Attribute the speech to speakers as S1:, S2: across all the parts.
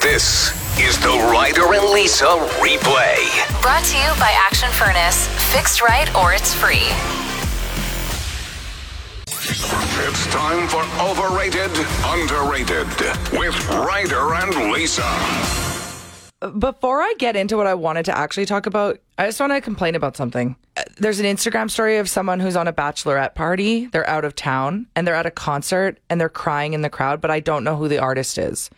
S1: This is the Ryder and Lisa replay.
S2: Brought to you by Action Furnace. Fixed right or it's free.
S1: It's time for Overrated, Underrated with Ryder and Lisa.
S3: Before I get into what I wanted to actually talk about, I just want to complain about something. Uh, There's an Instagram story of someone who's on a bachelorette party. They're out of town and they're at a concert and they're crying in the crowd, but I don't know who the artist is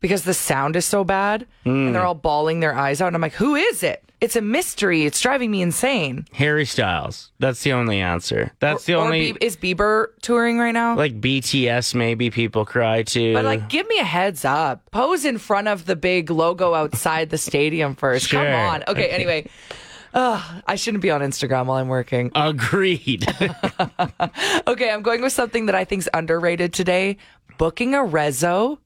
S3: because the sound is so bad and
S4: Hmm.
S3: they're all bawling their eyes out. And I'm like, who is it? It's a mystery. It's driving me insane.
S4: Harry Styles. That's the only answer. That's the
S3: Or
S4: only
S3: Bie- is Bieber touring right now?
S4: like BTS maybe people cry to.
S3: but like, give me a heads up. Pose in front of the big logo outside the stadium first. Come
S4: Sure.
S3: on. Okay,
S4: Okay.
S3: anyway. Ugh, I shouldn't be on Instagram while I'm working.
S4: agreed.
S3: Okay, I'm going with something that I think's underrated today. Booking a rezzo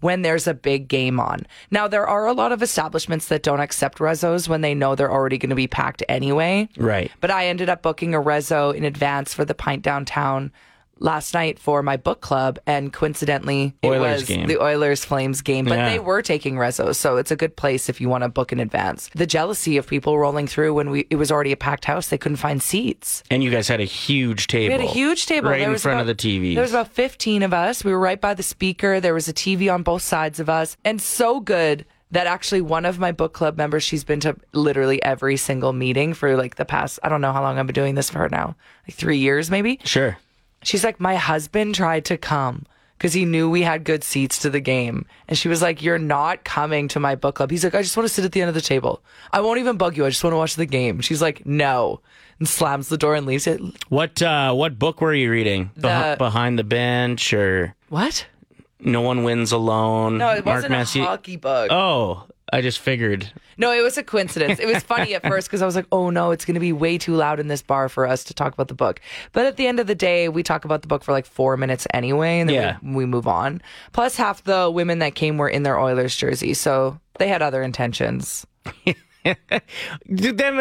S3: when there's a big game on. Now there are a lot of establishments that don't accept rezzos when they know they're already going to be packed anyway.
S4: Right.
S3: But I ended up booking a rezzo in advance for the pint downtown last night for my book club, and coincidentally, it
S4: Oilers
S3: was
S4: game.
S3: the Oilers Flames game. But
S4: Yeah.
S3: they were taking rezos, so it's a good place if you want to book in advance. The jealousy of people rolling through when we it was already a packed house, they couldn't find seats.
S4: and you guys had a huge table.
S3: We had a huge table
S4: right
S3: There
S4: in
S3: was
S4: front of
S3: about-
S4: the TV.
S3: There was about fifteen of us. We were right by the speaker. There was a TV on both sides of us, and so good that actually one of my book club members, she's been to literally every single meeting for like the past I don't know how long I've been doing this for her now, like three years maybe.
S4: sure.
S3: She's like, my husband tried to come. Because he knew we had good seats to the game. And she was like, You're not coming to my book club. He's like, I just want to sit at the end of the table. I won't even bug you. I just want to watch the game. She's like, No. And slams the door and leaves it.
S4: What uh what book were you reading?
S3: The-
S4: Beh- behind the bench or
S3: What?
S4: No One Wins Alone?
S3: No, it
S4: Mark
S3: wasn't
S4: Messier-
S3: a hockey book.
S4: Oh, I just figured.
S3: No, it was a coincidence. It was funny at first because I was like, oh no, it's going to be way too loud in this bar for us to talk about the book. But at the end of the day, we talk about the book for like four minutes anyway, and then
S4: Yeah.
S3: we, we move on. Plus, half the women that came were in their Oilers jersey, so they had other intentions.
S4: Then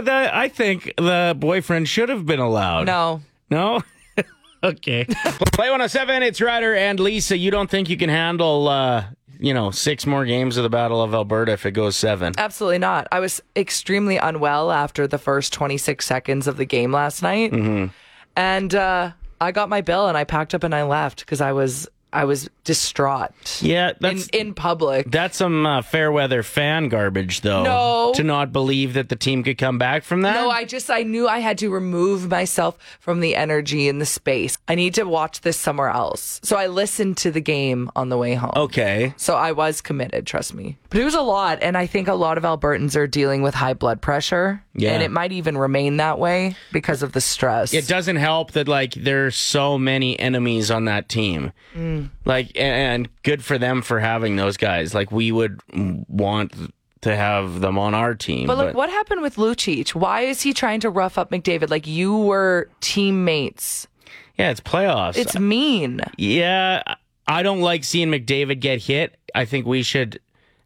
S4: the, I think the boyfriend should have been allowed.
S3: No.
S4: No? okay. Play 107, it's Ryder and Lisa. You don't think you can handle, uh, you know, six more games of the Battle of Alberta if it goes seven?
S3: Absolutely not. I was extremely unwell after the first 26 seconds of the game last night.
S4: Mm-hmm.
S3: And uh, I got my bill and I packed up and I left because I was I was distraught.
S4: Yeah,
S3: In,
S4: that's.
S3: in public.
S4: that's some uh, fair weather fan garbage, though.
S3: No.
S4: To not believe that the team could come back from that?
S3: No, I just I knew I had to remove myself from the energy and the space. I need to watch this somewhere else. So I listened to the game on the way home.
S4: Okay.
S3: So I was committed, trust me. But it was a lot, and I think a lot of Albertans are dealing with high blood pressure.
S4: Yeah.
S3: And it might even remain that way because of the stress.
S4: It doesn't help that, like, there's so many enemies on that team.
S3: Mm.
S4: Like, a- and good for them for having those guys. Like, we would want to have them on our team.
S3: But like, what happened with Lucic? Why is he trying to rough up McDavid? Like you were teammates.
S4: Yeah, it's playoffs.
S3: It's mean.
S4: Yeah, I- I don't like seeing McDavid get hit. I think we should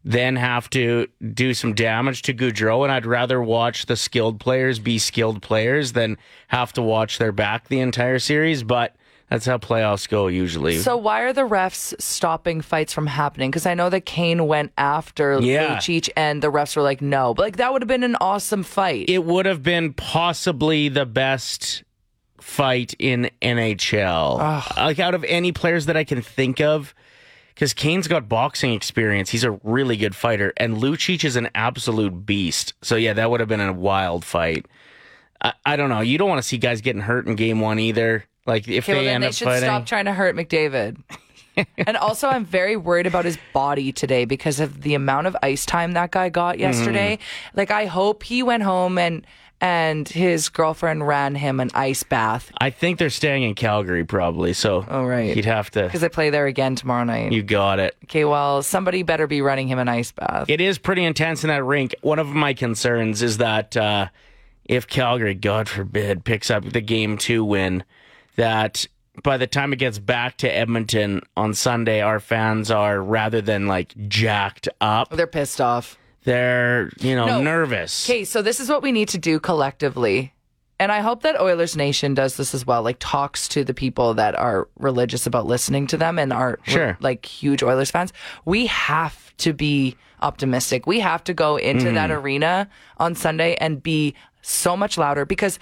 S4: then have to do some damage to Goudreau, and I'd rather watch the skilled players be skilled players than have to watch their back the entire series. But that's how playoffs go usually.
S3: So why are the refs stopping fights from happening? Because I know that Kane went after
S4: Yeah.
S3: Lucic, and the refs were like, "No," but like that would have been an awesome fight.
S4: it would have been possibly the best fight in NHL. Like out of any players that I can think of, because Kane's got boxing experience. He's a really good fighter, and Lucic is an absolute beast. So yeah, that would have been a wild fight. I, I don't know. You don't want to see guys getting hurt in game one either. Like if
S3: okay, well,
S4: they
S3: then
S4: end
S3: they
S4: up
S3: should
S4: fighting.
S3: stop trying to hurt McDavid. and also, I'm very worried about his body today because of the amount of ice time that guy
S4: Mm.
S3: got yesterday. Like, I hope he went home and and his girlfriend ran him an ice bath
S4: I think they're staying in Calgary probably. So
S3: Oh, right.
S4: he'd have to.
S3: because they play there again tomorrow night.
S4: You got it.
S3: okay, well, somebody better be running him an ice bath.
S4: It is pretty intense in that rink. One of my concerns is that uh, if Calgary, God forbid, picks up the game two win, that by the time it gets back to Edmonton on Sunday, our fans are rather than like jacked up,
S3: They're pissed off.
S4: they're you know
S3: No.
S4: nervous.
S3: Okay, so this is what we need to do collectively And I hope that Oilers Nation does this as well, like talks to the people that are religious about listening to them and are
S4: Sure.
S3: like huge Oilers fans. We have to be optimistic. We have to go into that
S4: Mm-hmm.
S3: arena on Sunday and be so much louder because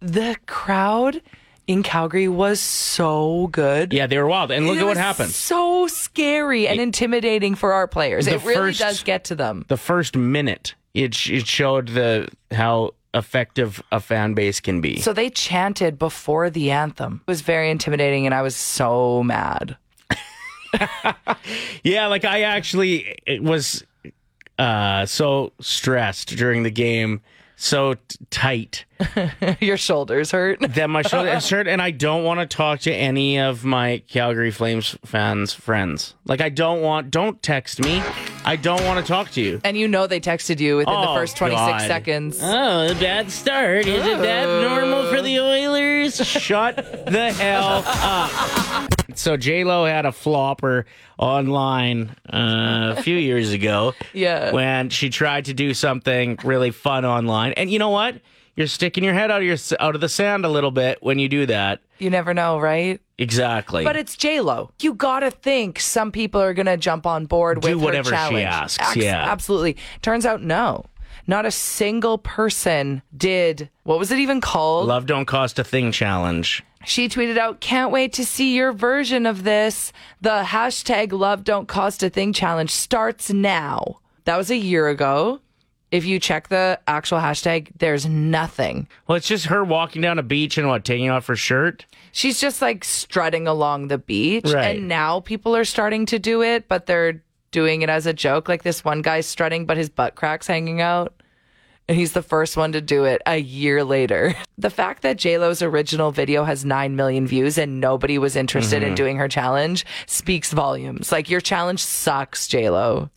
S3: the crowd in Calgary was so good.
S4: Yeah, they were wild. And look
S3: It
S4: at what
S3: was
S4: happened.
S3: So scary and intimidating for our players.
S4: The
S3: It really
S4: first-
S3: does get to them.
S4: The first minute, it sh- it showed the how effective a fan base can be.
S3: So they chanted before the anthem. It was very intimidating, and I was so mad.
S4: Yeah, like I actually it was uh so stressed during the game, so t- tight
S3: Your shoulders hurt.
S4: that my shoulder is hurt, and I don't want to talk to any of my Calgary Flames fans friends. Like I don't want don't text me. I don't want to talk to you.
S3: And you know they texted you within the
S4: Oh,
S3: first 26
S4: God.
S3: seconds.
S4: Oh, bad start. Is it that normal for the Oilers? Oh. Shut the hell up. So J Lo had a flopper online uh, a few years ago.
S3: Yeah.
S4: when she tried to do something really fun online, and you know what? You're sticking your head out of your out of the sand a little bit when you do that.
S3: You never know, right?
S4: Exactly.
S3: But it's J Lo. You gotta think some people are gonna jump on board
S4: Do
S3: with
S4: whatever
S3: her
S4: she
S3: challenge.
S4: asks, yeah.
S3: absolutely. Turns out, no, not a single person did. What was it even called?
S4: Love don't cost a thing challenge.
S3: She tweeted out, Can't wait to see your version of this. The hashtag love don't cost a thing challenge starts now. That was a year ago. If you check the actual hashtag, there's nothing.
S4: Well, it's just her walking down a beach and what taking off her shirt.
S3: She's just like strutting along the beach.
S4: Right.
S3: And now people are starting to do it, but they're doing it as a joke. Like this one guy's strutting, but his butt crack's hanging out. And he's the first one to do it a year later. The fact that JLo's original video has 9 million views and nobody was interested in doing her challenge speaks volumes. Like, your challenge sucks, JLo.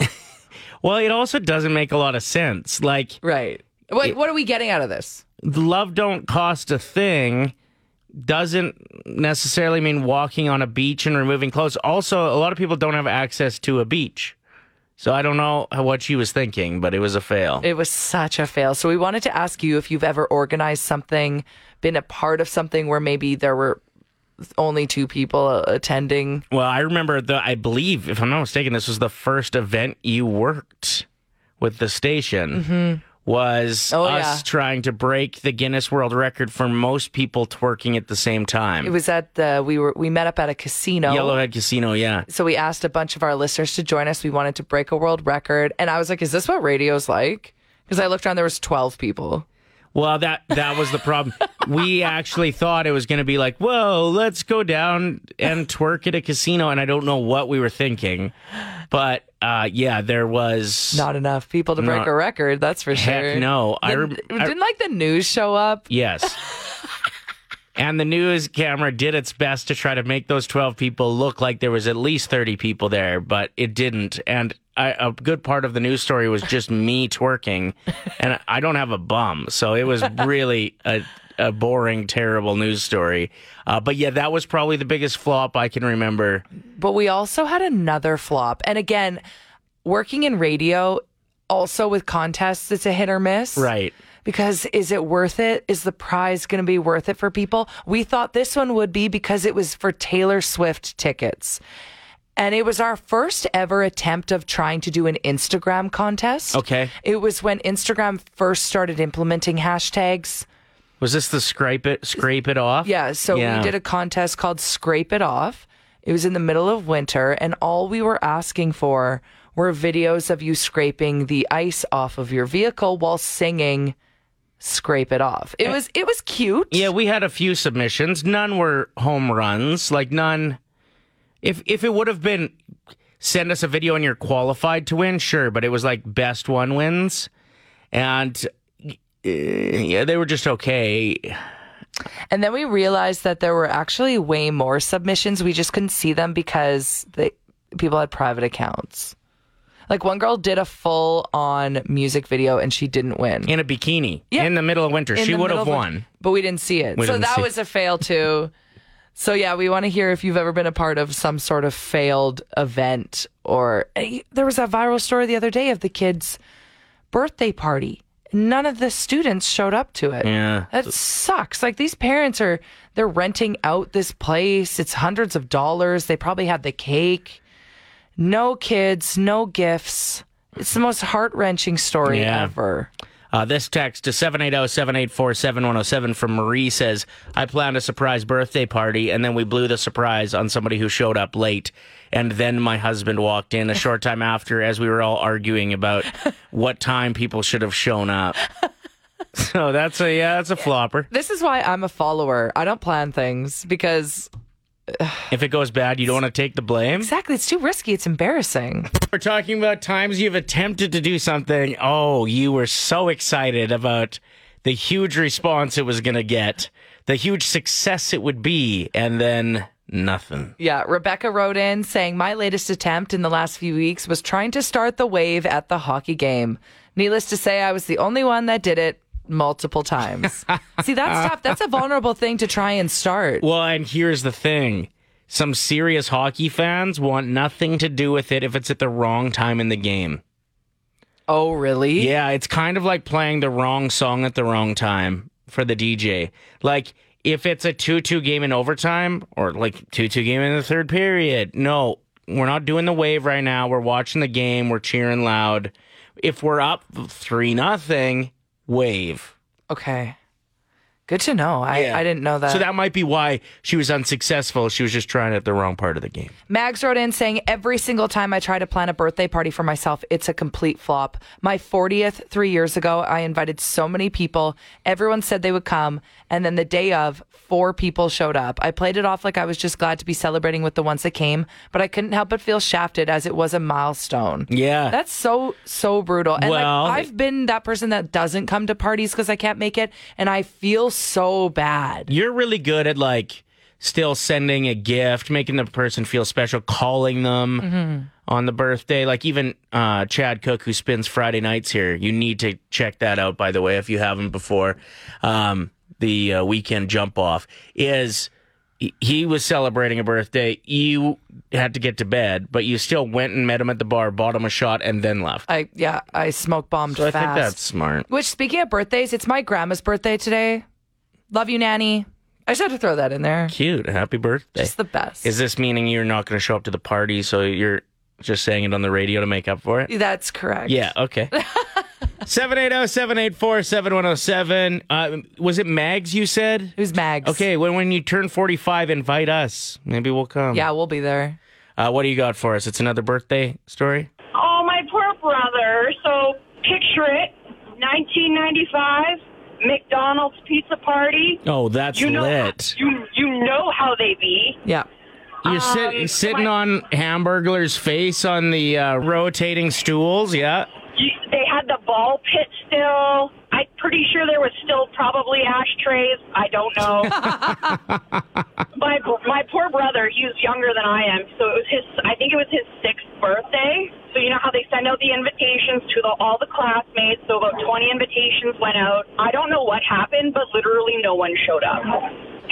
S4: Well, it also doesn't make a lot of sense. Like
S3: right. Wait, what are we getting out of this?
S4: love don't cost a thing doesn't necessarily mean walking on a beach and removing clothes. Also, a lot of people don't have access to a beach. So I don't know how- what she was thinking, but it was a fail.
S3: It was such a fail. So we wanted to ask you if you've ever organized something, been a part of something where maybe there were only two people uh, attending.
S4: well, I remember the I believe if I'm not mistaken this was the first event you worked with the station. Mm-hmm. Was
S3: Oh,
S4: us
S3: yeah.
S4: trying to break the Guinness World Record for most people twerking at the same time.
S3: It was at the we were we met up at a casino.
S4: Yellowhead Casino, yeah.
S3: So we asked a bunch of our listeners to join us. We wanted to break a world record, and I was like, "Is this what radio's like?" Because I looked around, there was twelve people.
S4: Well, that that was the problem. we actually thought it was going to be like, "Whoa, let's go down and twerk at a casino," and I don't know what we were thinking, but uh, yeah, there was.
S3: Not enough people to break
S4: Not-
S3: a record. That's for
S4: Heck
S3: sure.
S4: no. I
S3: The-
S4: rem- I-
S3: didn't like the news show up.
S4: yes. and the news camera did its best to try to make those twelve people look like there was at least thirty people there, but it didn't. And I, a good part of the news story was just me twerking, and I don't have a bum, so it was really a. A boring, terrible news story, uh, but yeah, that was probably the biggest flop I can remember.
S3: But we also had another flop. And again, working in radio, also with contests, it's a hit or miss.
S4: Right?
S3: Because is it worth it? Is the prize going to be worth it for people? We thought this one would be because it was for Taylor Swift tickets. And it was our first ever attempt of trying to do an Instagram contest.
S4: Okay.
S3: It was when Instagram first started implementing hashtags.
S4: Was this the scrape it, scrape it off?
S3: Yeah, so we did a contest called Scrape It Off. It was in the middle of winter, and all we were asking for were videos of you scraping the ice off of your vehicle while singing Scrape It Off. It was it was cute.
S4: Yeah, we had a few submissions. None were home runs. Like none. If if it would have been send us a video and you're qualified to win, sure. But it was like best one wins, and uh, yeah, they were just okay.
S3: And then we realized that there were actually way more submissions. We just couldn't see them because the people had private accounts. Like one girl did a full on music video and she didn't win.
S4: In a bikini,
S3: Yeah.
S4: in the middle of winter,
S3: in
S4: she
S3: the
S4: would
S3: middle
S4: have
S3: of a-
S4: won.
S3: but we didn't see it.
S4: We
S3: so
S4: didn't
S3: that
S4: see-
S3: was a fail too. so yeah, we want to hear if you've ever been a part of some sort of failed event or Eh, there was that viral story the other day of the kid's birthday party none of the students showed up to it.
S4: Yeah.
S3: That sucks. Like these parents are they're renting out this place. It's hundreds of dollars. They probably had the cake. No kids, no gifts. It's the most heart-wrenching story
S4: Yeah.
S3: ever.
S4: Uh, this text to 780-784-7107 from Marie says, I planned a surprise birthday party and then we blew the surprise on somebody who showed up late. And then my husband walked in a short time after as we were all arguing about what time people should have shown up. So that's a yeah, that's a flopper.
S3: This is why I'm a follower. I don't plan things because
S4: If it goes bad, you don't want to take the blame.
S3: exactly it's too risky. It's embarrassing.
S4: We're talking about times you've attempted to do something. Oh, you were so excited about the huge response it was going to get, the huge success it would be, and then nothing.
S3: Yeah, Rebecca wrote in saying, My latest attempt in the last few weeks was trying to start the wave at the hockey game. Needless to say, I was the only one that did it multiple times. See, that's tough. That's a vulnerable thing to try and start.
S4: Well, and here's the thing some serious hockey fans want nothing to do with it if it's at the wrong time in the game.
S3: Oh, really?
S4: Yeah, it's kind of like playing the wrong song at the wrong time for the DJ. Like if it's a 2-2 game in overtime or like 2-2 game in the third period. No, we're not doing the wave right now. We're watching the game, we're cheering loud. If we're up 3 nothing, wave.
S3: Okay. Good to know. I, I didn't know that.
S4: So that might be why she was unsuccessful. She was just trying it at the wrong part of the game.
S3: Mags wrote in saying, Every single time I try to plan a birthday party for myself, it's a complete flop. My 40th, three years ago, I invited so many people. Everyone said they would come. And then the day of, four people showed up. I played it off like I was just glad to be celebrating with the ones that came, but I couldn't help but feel shafted as it was a milestone.
S4: Yeah.
S3: That's so, so brutal. And
S4: Well-
S3: like, I've been that person that doesn't come to parties because I can't make it. And I feel so bad.
S4: you're really good at like still sending a gift, making the person feel special, calling them on the birthday. Like even uh, Chad Cook, who spends Friday nights here, you need to check that out. By the way, if you haven't before, um, the uh, weekend jump off is. he- He was celebrating a birthday. You had to get to bed, but you still went and met him at the bar, bought him a shot, and then left.
S3: I, yeah, I smoke bombed
S4: So I
S3: fast.
S4: think that's smart.
S3: Which, speaking of birthdays, it's my grandma's birthday today. Love you, Nanny. I just had to throw that in there.
S4: Cute. Happy birthday.
S3: It's the best.
S4: Is this meaning you're not going to show up to the party, so you're just saying it on the radio to make up for it?
S3: That's correct.
S4: Yeah, okay. oh, 780-784-7107. Uh, was it Mags you said?
S3: Who's Mags?
S4: Okay, when, when you turn 45, invite us. Maybe we'll come.
S3: Yeah, we'll be there.
S4: Uh, what do you got for us? It's another birthday story?
S5: Oh, my poor brother. So picture it 1995, McDonald's pizza party.
S4: Oh, that's
S5: You know,
S4: lit.
S5: you you know how they be.
S3: Yeah.
S4: You're sit-
S5: Um,
S4: sitting
S5: my-
S4: on Hamburglar's face on the uh, rotating stools, yeah?
S5: You, they had the ball pit still. I'm pretty sure there was still probably ashtrays. I don't know. my my poor brother, he was younger than I am, so it was his. I think it was his sixth birthday. So you know how they send out the invitations to the, all the classmates. So about 20 invitations went out. I don't know what happened, but literally no one showed up.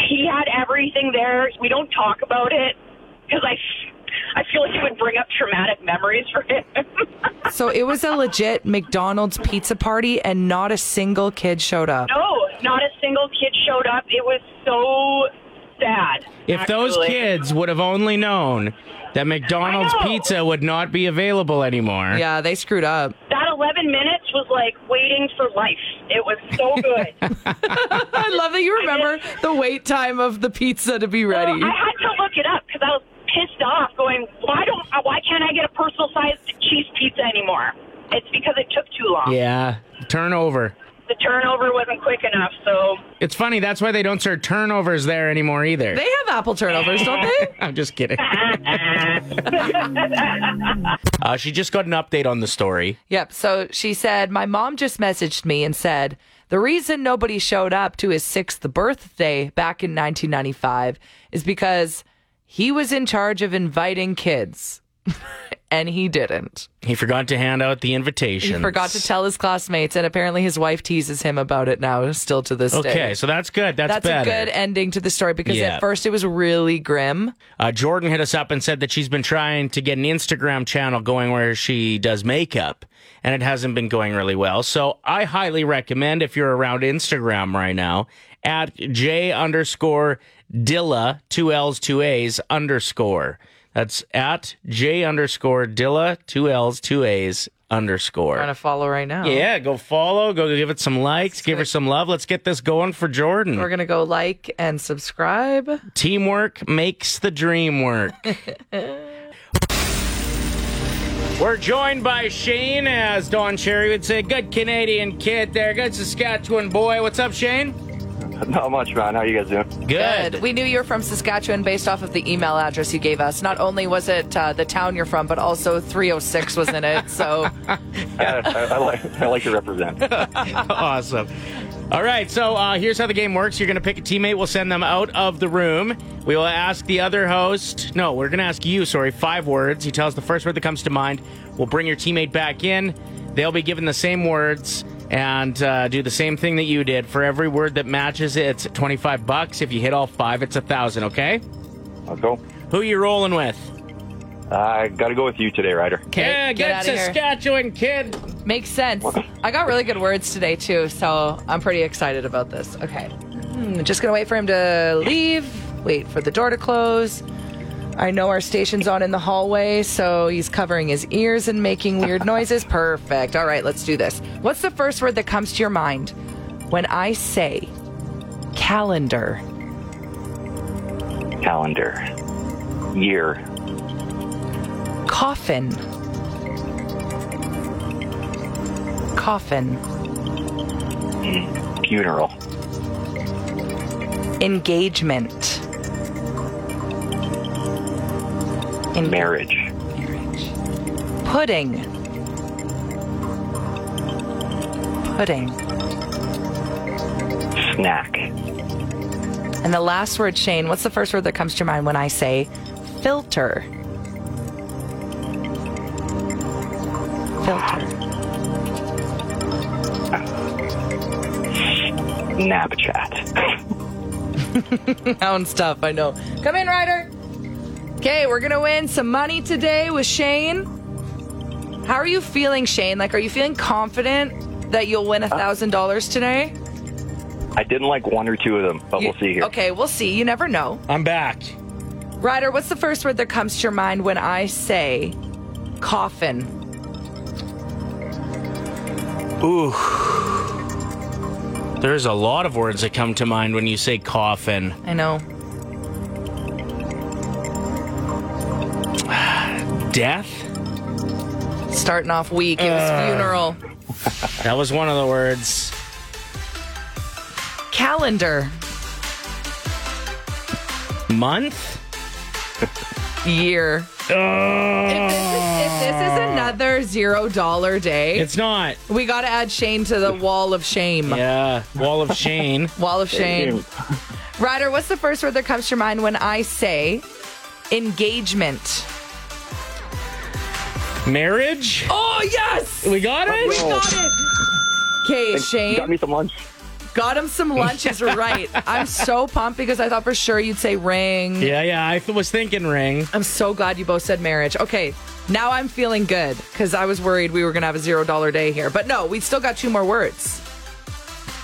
S5: He had everything there. We don't talk about it because I. f- I feel like it would bring up traumatic memories for him.
S3: So it was a legit McDonald's pizza party, and not a single kid showed up.
S5: No, not a single kid showed up. It was so sad.
S4: If those
S5: actually.
S4: kids would have only known that McDonald's
S5: I know.
S4: pizza would not be available anymore.
S3: Yeah, they screwed up.
S5: That 11 minutes was like waiting for life. It was so good.
S3: I love that you remember the wait time of the pizza to be ready.
S5: I had to look it up because I was pissed off going, why don't, why can't I get a personal sized cheese pizza anymore? It's because it took too long.
S4: Yeah, turnover.
S5: The turnover wasn't quick enough, so
S4: It's funny, that's why they don't serve turnovers there anymore either.
S3: They have apple turnovers, don't they?
S4: I'm just kidding. uh, she just got an update on the story.
S3: Yep. So she said, My mom just messaged me and said, The reason nobody showed up to his sixth birthday back in 1995 is because he was in charge of inviting kids. and he didn't.
S4: He forgot to hand out the
S3: He
S4: invitation.
S3: forgot to tell his classmates, and apparently his wife teases him about it now, still to this day.
S4: Okay, so that's good. That's,
S3: That's
S4: better.
S3: a good ending to the story because
S4: Yeah.
S3: at first it was really grim.
S4: Uh, Jordan hit us up and said that she's been trying to get an Instagram channel going where she does makeup, and it hasn't been going really well. So I highly recommend if you're around Instagram right now at J underscore Dilla two L's two A's underscore. That's at J underscore Dilla two L's two A's underscore.
S3: Trying to follow right now.
S4: yeah, go follow, go give it some likes, give her some love. Let's get this going for Jordan.
S3: We're going to go like and subscribe.
S4: Teamwork makes the dream work. We're joined by Shane, as Don Cherry would say. Good Canadian kid there. Good Saskatchewan boy. What's up, Shane?
S6: Not much, man. How you guys doing?
S4: Good.
S3: We knew you were from Saskatchewan based off of the email address you gave us. Not only was it uh, the town you're from, but also 306 was in it. So
S6: I, I, I like I like to represent.
S4: awesome. All right, so uh, here's how the game works. You're going to pick a teammate. We'll send them out of the room. We will ask the other host. No, we're going to ask you, sorry, five words. You tell us the first word that comes to mind. We'll bring your teammate back in. They'll be given the same words and uh, do the same thing that you did. For every word that matches it, it's 25 bucks. If you hit all five, it's a 1000 okay?
S6: Let's go.
S4: Who you rolling with?
S6: I got to go with you today, Ryder.
S4: yeah,
S3: get
S4: good
S3: outta here.
S4: Saskatchewan kid.
S3: makes sense. I got really good words today, too. So I'm pretty excited about this. Okay. Hmm, just going to wait for him to leave, wait for the door to close. I know our station's on in the hallway, so he's covering his ears and making weird noises. Perfect. All right, let's do this. What's the first word that comes to your mind when I say calendar?
S6: Calendar, year,
S3: Coffin. Coffin.
S6: funeral,
S3: Mm-hmm. Engagement. En-
S6: marriage,
S3: Pudding. Pudding.
S6: snack,
S3: And the last word, Shane, what's the first word that comes to your mind when I say filter? Filter.
S6: nap chat.
S3: Noun stuff, I know. Come in, Ryder. Okay, we're going to win some money today with Shane. How are you feeling, Shane? Like, are you feeling confident that you'll win a $1,000 today?
S6: I didn't like one or two of them, but we'll see here.
S3: Okay, we'll see. You never know.
S4: I'm back.
S3: Ryder, what's the first word that comes to your mind when I say coffin?
S4: Ooh. There's a lot of words that come to mind when you say coffin.
S3: I know.
S4: Death?
S3: Starting off weak, it was funeral.
S4: That was one of the words.
S3: Calendar.
S4: Month?
S3: Year. If, this is, if this is another zero dollar day,
S4: It's not.
S3: we got to add Shane to the wall of shame.
S4: Yeah. Wall of Shane.
S3: Wall of shame. Ryder, what's the first word that comes to your mind when I say engagement?
S4: Marriage?
S3: Oh, yes!
S4: We got it?
S3: Got it! Okay, Shane.
S6: Oh. You got me some lunch.
S3: Got him some lunches right. I'm so pumped because I thought for sure you'd say ring.
S4: Yeah, yeah. I th- was thinking ring.
S3: I'm so glad you both said marriage. Okay, now I'm feeling good because I was worried we were going to have a zero dollar day here. But no, we still got two more words.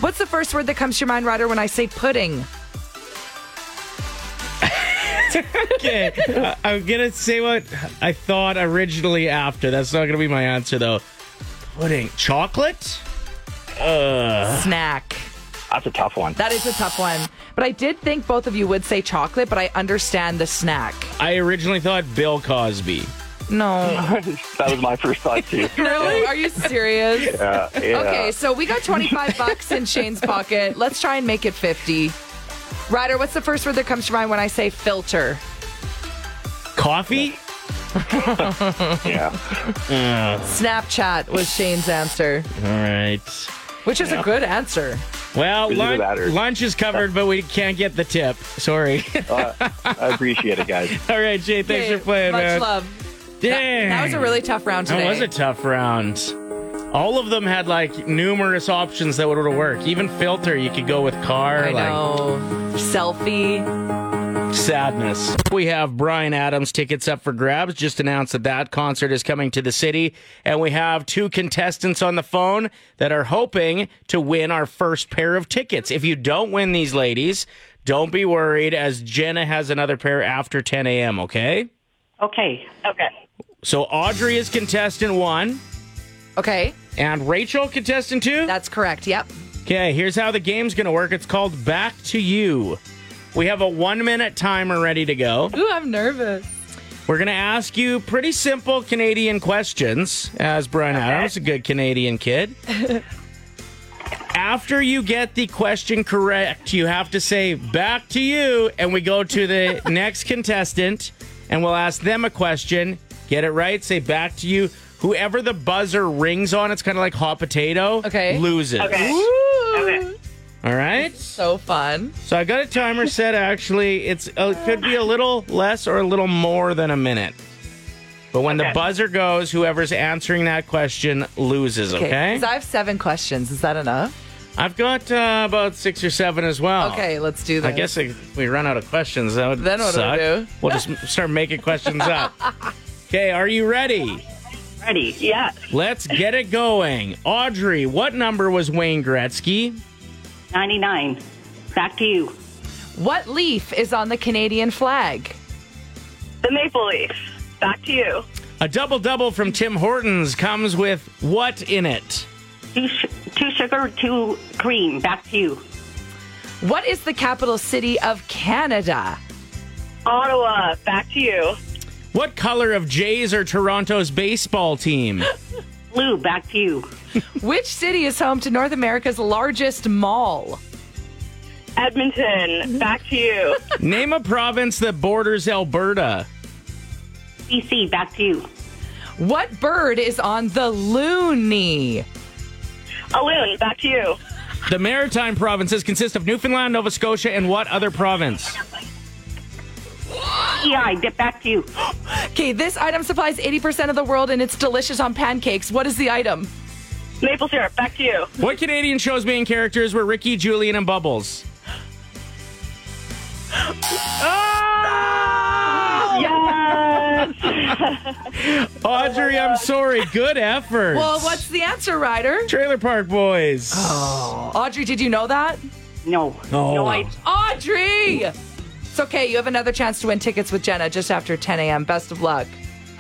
S3: What's the first word that comes to your mind, Ryder, when I say pudding?
S4: Okay. I- I'm going to say what I thought originally after. That's not going to be my answer, though. Pudding. Chocolate?
S3: Snack.
S6: That's a tough one.
S3: That is a tough one. But I did think both of you would say chocolate, but I understand the snack.
S4: I originally thought Bill Cosby.
S3: No.
S6: that was my first thought too.
S3: really? Are you serious?
S6: Uh, yeah.
S3: Okay, so we got 25 bucks in Shane's pocket. Let's try and make it 50. Ryder, what's the first word that comes to mind when I say filter?
S4: Coffee?
S6: Yeah.
S3: Snapchat was Shane's answer,
S4: All right.
S3: which is a good answer.
S4: Well,
S6: Is it
S4: lun-
S6: that or-
S4: lunch is covered, but we can't get the tip. Sorry.
S6: I appreciate it, guys.
S4: All right, Jay, thanks
S3: Okay,
S4: for playing,
S3: Much
S4: man.
S3: love.
S4: Dang.
S3: That was a really tough round today.
S4: That was a tough round. All of them had like numerous options that would work. Even filter, you could go with car.
S3: I
S4: like
S3: know. Selfie.
S4: sadness. We have Brian Adams tickets up for grabs. Just announced that that concert is coming to the city, and we have two contestants on the phone that are hoping to win our first pair of tickets. If you don't win these ladies, don't be worried, as Jenna has another pair after 10 a.m. Okay.
S7: Okay.
S5: Okay.
S4: So Audrey is contestant one,
S3: Okay,
S4: and Rachel contestant two.
S3: that's correct. Yep.
S4: Okay, here's how the game's going to work. It's called Back to You. We have a one minute timer ready to go.
S3: Ooh, I'm nervous.
S4: We're going to ask you pretty simple Canadian questions, as Brian Adams, a good Canadian kid. After you get the question correct, you have to say back to you, and we go to the next contestant, and we'll ask them a question. Get it right, say back to you. Whoever the buzzer rings on, it's kind of like hot potato,
S3: Okay.
S4: loses.
S5: Okay.
S3: Ooh,
S5: Okay.
S4: All right?
S3: So fun.
S4: So I got a timer set. Actually, it's uh, it could be a little less or a little more than a minute. But when the
S5: Okay.
S4: buzzer goes, whoever's answering that question loses. Okay,
S3: 'cause I have seven questions. Is that enough?
S4: I've got uh, about six or seven as well.
S3: Okay, let's do this.
S4: Oh, I guess if we run out of questions, that would
S3: Then what do we
S4: suck.
S3: do?
S4: will just start making questions up. Okay, are you ready?
S7: Ready.
S5: Yeah.
S4: Let's get it going. Audrey, what number was Wayne Gretzky?
S7: 99. Back to you.
S3: What leaf is on the Canadian flag?
S5: The Maple Leaf. Back to you.
S4: A double double from Tim Hortons comes with what in it?
S7: Two, sh- two sugar, two cream. Back to you.
S3: What is the capital city of Canada?
S5: Ottawa. Back to you.
S4: What color of Jays are Toronto's baseball team?
S7: Blue. Back to you.
S3: Which city is home to North America's largest mall?
S5: Edmonton. Back to you.
S4: Name a province that borders Alberta.
S7: BC. Back to you.
S3: What bird is on the loony?
S5: Alloon. Back to you.
S4: The maritime provinces consist of Newfoundland, Nova Scotia, and what other province?
S7: EI. Dip. Back to you.
S3: Okay, this item supplies 80% of the world and it's delicious on pancakes. What is the item?
S5: Maple syrup. Back to you.
S4: What Canadian show's main characters were Ricky, Julian, and Bubbles? Ah!
S5: Yes.
S4: Audrey, I'm sorry. Good effort.
S3: Well, what's the answer, Ryder?
S4: Trailer Park Boys?
S3: Audrey, did you know that?
S7: No.
S4: Oh.
S7: No. I,
S3: Audrey! It's okay. You have another chance to win tickets with Jenna just after 10 a.m. Best of luck.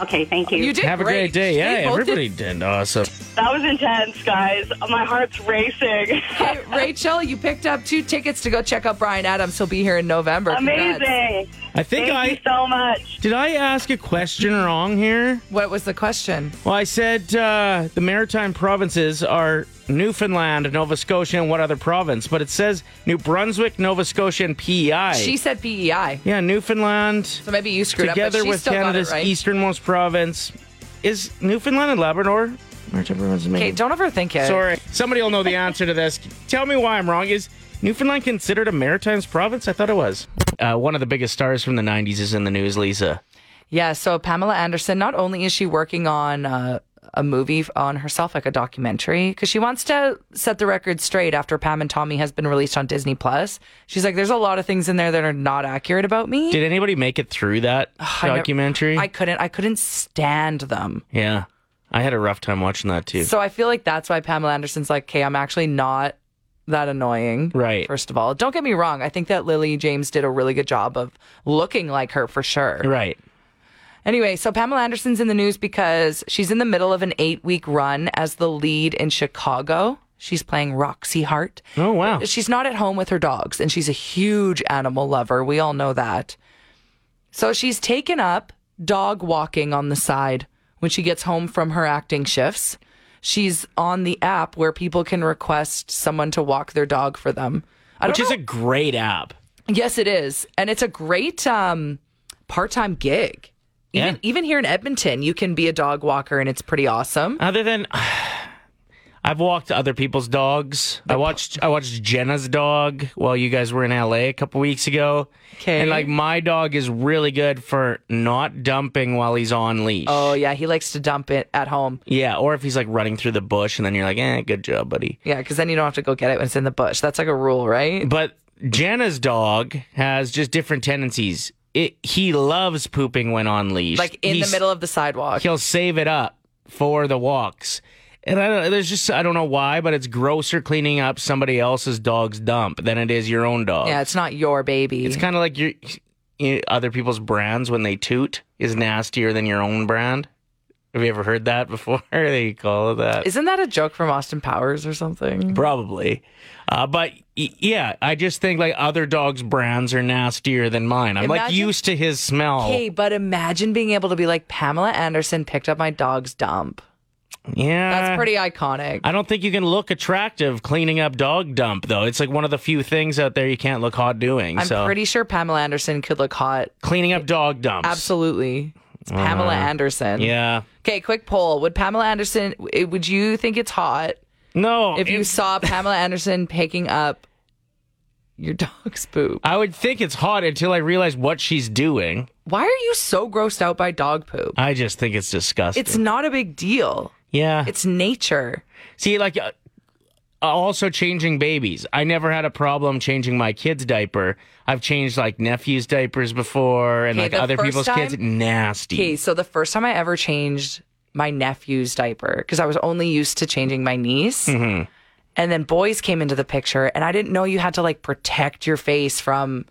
S7: okay. Thank you.
S3: You did
S4: Have a great day. Yeah,
S3: They both
S4: everybody did awesome.
S5: that was intense, guys. My heart's racing.
S3: did- Hey, Rachel, you picked up two tickets to go check out Brian Adams. He'll be here in November. Congrats.
S5: Amazing.
S4: I think
S5: Thank
S4: I
S5: you so much.
S4: did. I ask a question wrong here.
S3: What was the question?
S4: Well, I said uh, the maritime provinces are Newfoundland, Nova Scotia, and what other province? But it says New Brunswick, Nova Scotia, and PEI.
S3: She said PEI.
S4: yeah, Newfoundland,
S3: So maybe you screwed up,
S4: together
S3: but she
S4: with
S3: still
S4: Canada's
S3: got it right.
S4: easternmost province, is Newfoundland and Labrador. Maritime provinces, maybe.
S3: Okay, don't overthink it.
S4: Sorry, somebody will know the answer to this. Tell me why I'm wrong. Is Newfoundland considered a maritime province? I thought it was. Uh, one of the biggest stars from the '90s is in the news, Lisa.
S3: Yeah, so Pamela Anderson, not only is she working on uh, a movie f- on herself, like a documentary, because she wants to set the record straight after Pam and Tommy has been released on Disney Plus. She's like, there's a lot of things in there that are not accurate about me.
S4: Did anybody make it through that
S3: I nev-
S4: documentary?
S3: I couldn't. I couldn't stand them.
S4: Yeah. I had a rough time watching that too.
S3: So I feel like that's why Pamela Anderson's like, okay, I'm actually not that annoying.
S4: Right.
S3: First of all, don't get me wrong. I think that Lily James did a really good job of looking like her for sure.
S4: right.
S3: Anyway, so Pamela Anderson's in the news because she's in the middle of an eight week run as the lead in Chicago. She's playing Roxy Hart.
S4: Oh, wow.
S3: She's not at home with her dogs, and she's a huge animal lover. We all know that. So she's taken up dog walking on the side when she gets home from her acting shifts. She's on the app where people can request someone to walk their dog for them. I
S4: Which
S3: don't
S4: is
S3: know-
S4: a great app.
S3: Yes, it is. And it's a great um, part time gig. Even,
S4: Yeah.
S3: even here in Edmonton, you can be a dog walker and it's pretty awesome.
S4: Other than, I've walked other people's dogs. I watched I watched Jenna's dog while you guys were in LA a couple weeks ago.
S3: 'Kay.
S4: And like my dog is really good for not dumping while he's on leash.
S3: Oh yeah, he likes to dump it at home.
S4: Yeah, or if he's like running through the bush and then you're like, "Eh, good job, buddy."
S3: Yeah, because then you don't have to go get it when it's in the bush. That's like a rule, right?
S4: But Jenna's dog has just different tendencies. It he loves pooping when on leash.
S3: Like in the
S4: He's-
S3: middle of the sidewalk.
S4: he'll save it up for the walks. And I don't, there's just I don't know why, but it's grosser cleaning up somebody else's dog's dump than it is your own dog.
S3: Yeah, it's not your baby.
S4: it's kind of like your you- other people's brands when they toot is nastier than your own brand. Have you ever heard that before? they call it that.
S3: Isn't that a joke from Austin Powers or something?
S4: Probably. Uh, but y- yeah, I just think like other dogs' brands are nastier than mine. I'm like
S3: Imagine-
S4: used to his smell.
S3: Okay, but imagine being able to be like Pamela Anderson picked up my dog's dump.
S4: yeah.
S3: That's pretty iconic.
S4: Eh. I don't think you can look attractive cleaning up dog dump though. It's like one of the few things out there you can't look hot doing.
S3: I'm
S4: so
S3: pretty sure Pamela Anderson could look hot.
S4: cleaning up dog dumps.
S3: Absolutely. It's Pamela Anderson.
S4: Uh-huh. Yeah.
S3: Okay, quick poll. Would Pamela Anderson, eh, would you think it's hot
S4: No.
S3: if you
S4: it's-
S3: saw Pamela Anderson picking up your dog's poop?
S4: I would think it's hot until I realize what she's doing.
S3: Why are you so grossed out by dog poop?
S4: I just think it's disgusting.
S3: It's not a big deal.
S4: yeah.
S3: It's nature.
S4: See, like, uh, also changing babies. I never had a problem changing my kid's diaper. I've changed like nephew's diapers before, and
S3: Okay,
S4: like
S3: the
S4: other
S3: first
S4: people's kids.
S3: time-
S4: Nasty.
S3: Okay, so the first time I ever changed my nephew's diaper, because I was only used to changing my niece,
S4: Mm-hmm.
S3: and then boys came into the picture, and I didn't know you had to like protect your face from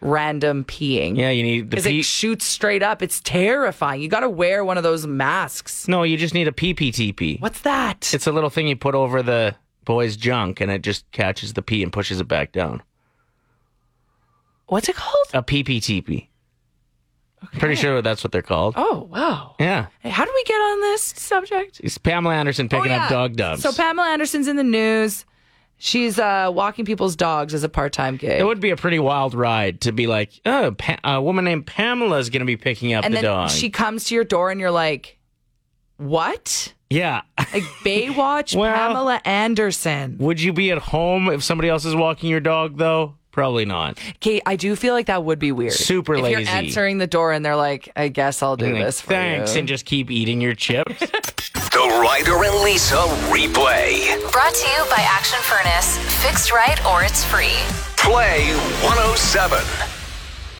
S3: random peeing.
S4: Yeah, you need the
S3: Because
S4: pee.
S3: it shoots straight up. It's terrifying. You got to wear one of those masks.
S4: no, you just need a PPTP.
S3: What's that?
S4: It's a little thing you put over the boy's junk, and it just catches the pee and pushes it back down.
S3: What's it called?
S4: A PPTP. Pretty sure that's what they're called.
S3: Oh, wow.
S4: Yeah.
S3: Hey, How did we get on this subject?
S4: It's Pamela Anderson picking
S3: Oh, yeah.
S4: up dog dumps.
S3: So Pamela Anderson's in the news. She's uh, walking people's dogs as a part-time gig.
S4: it would be a pretty wild ride to be like, oh, pa- a woman named Pamela is going to be picking up
S3: and
S4: the
S3: then
S4: dog.
S3: she comes to your door and you're like, what?
S4: yeah.
S3: Like Baywatch
S4: Well-
S3: Pamela Anderson.
S4: Would you be at home if somebody else is walking your dog, though? Probably not.
S3: Okay, I do feel like that would be weird.
S4: Super
S3: if
S4: lazy.
S3: You're answering the door and they're like, I guess I'll do
S4: And like,
S3: this for
S4: Thanks,
S3: you.
S4: and just keep eating your chips.
S1: The Ryder and Lisa replay.
S2: Brought to you by Action Furnace. Fixed right or it's free.
S1: oh Play 107.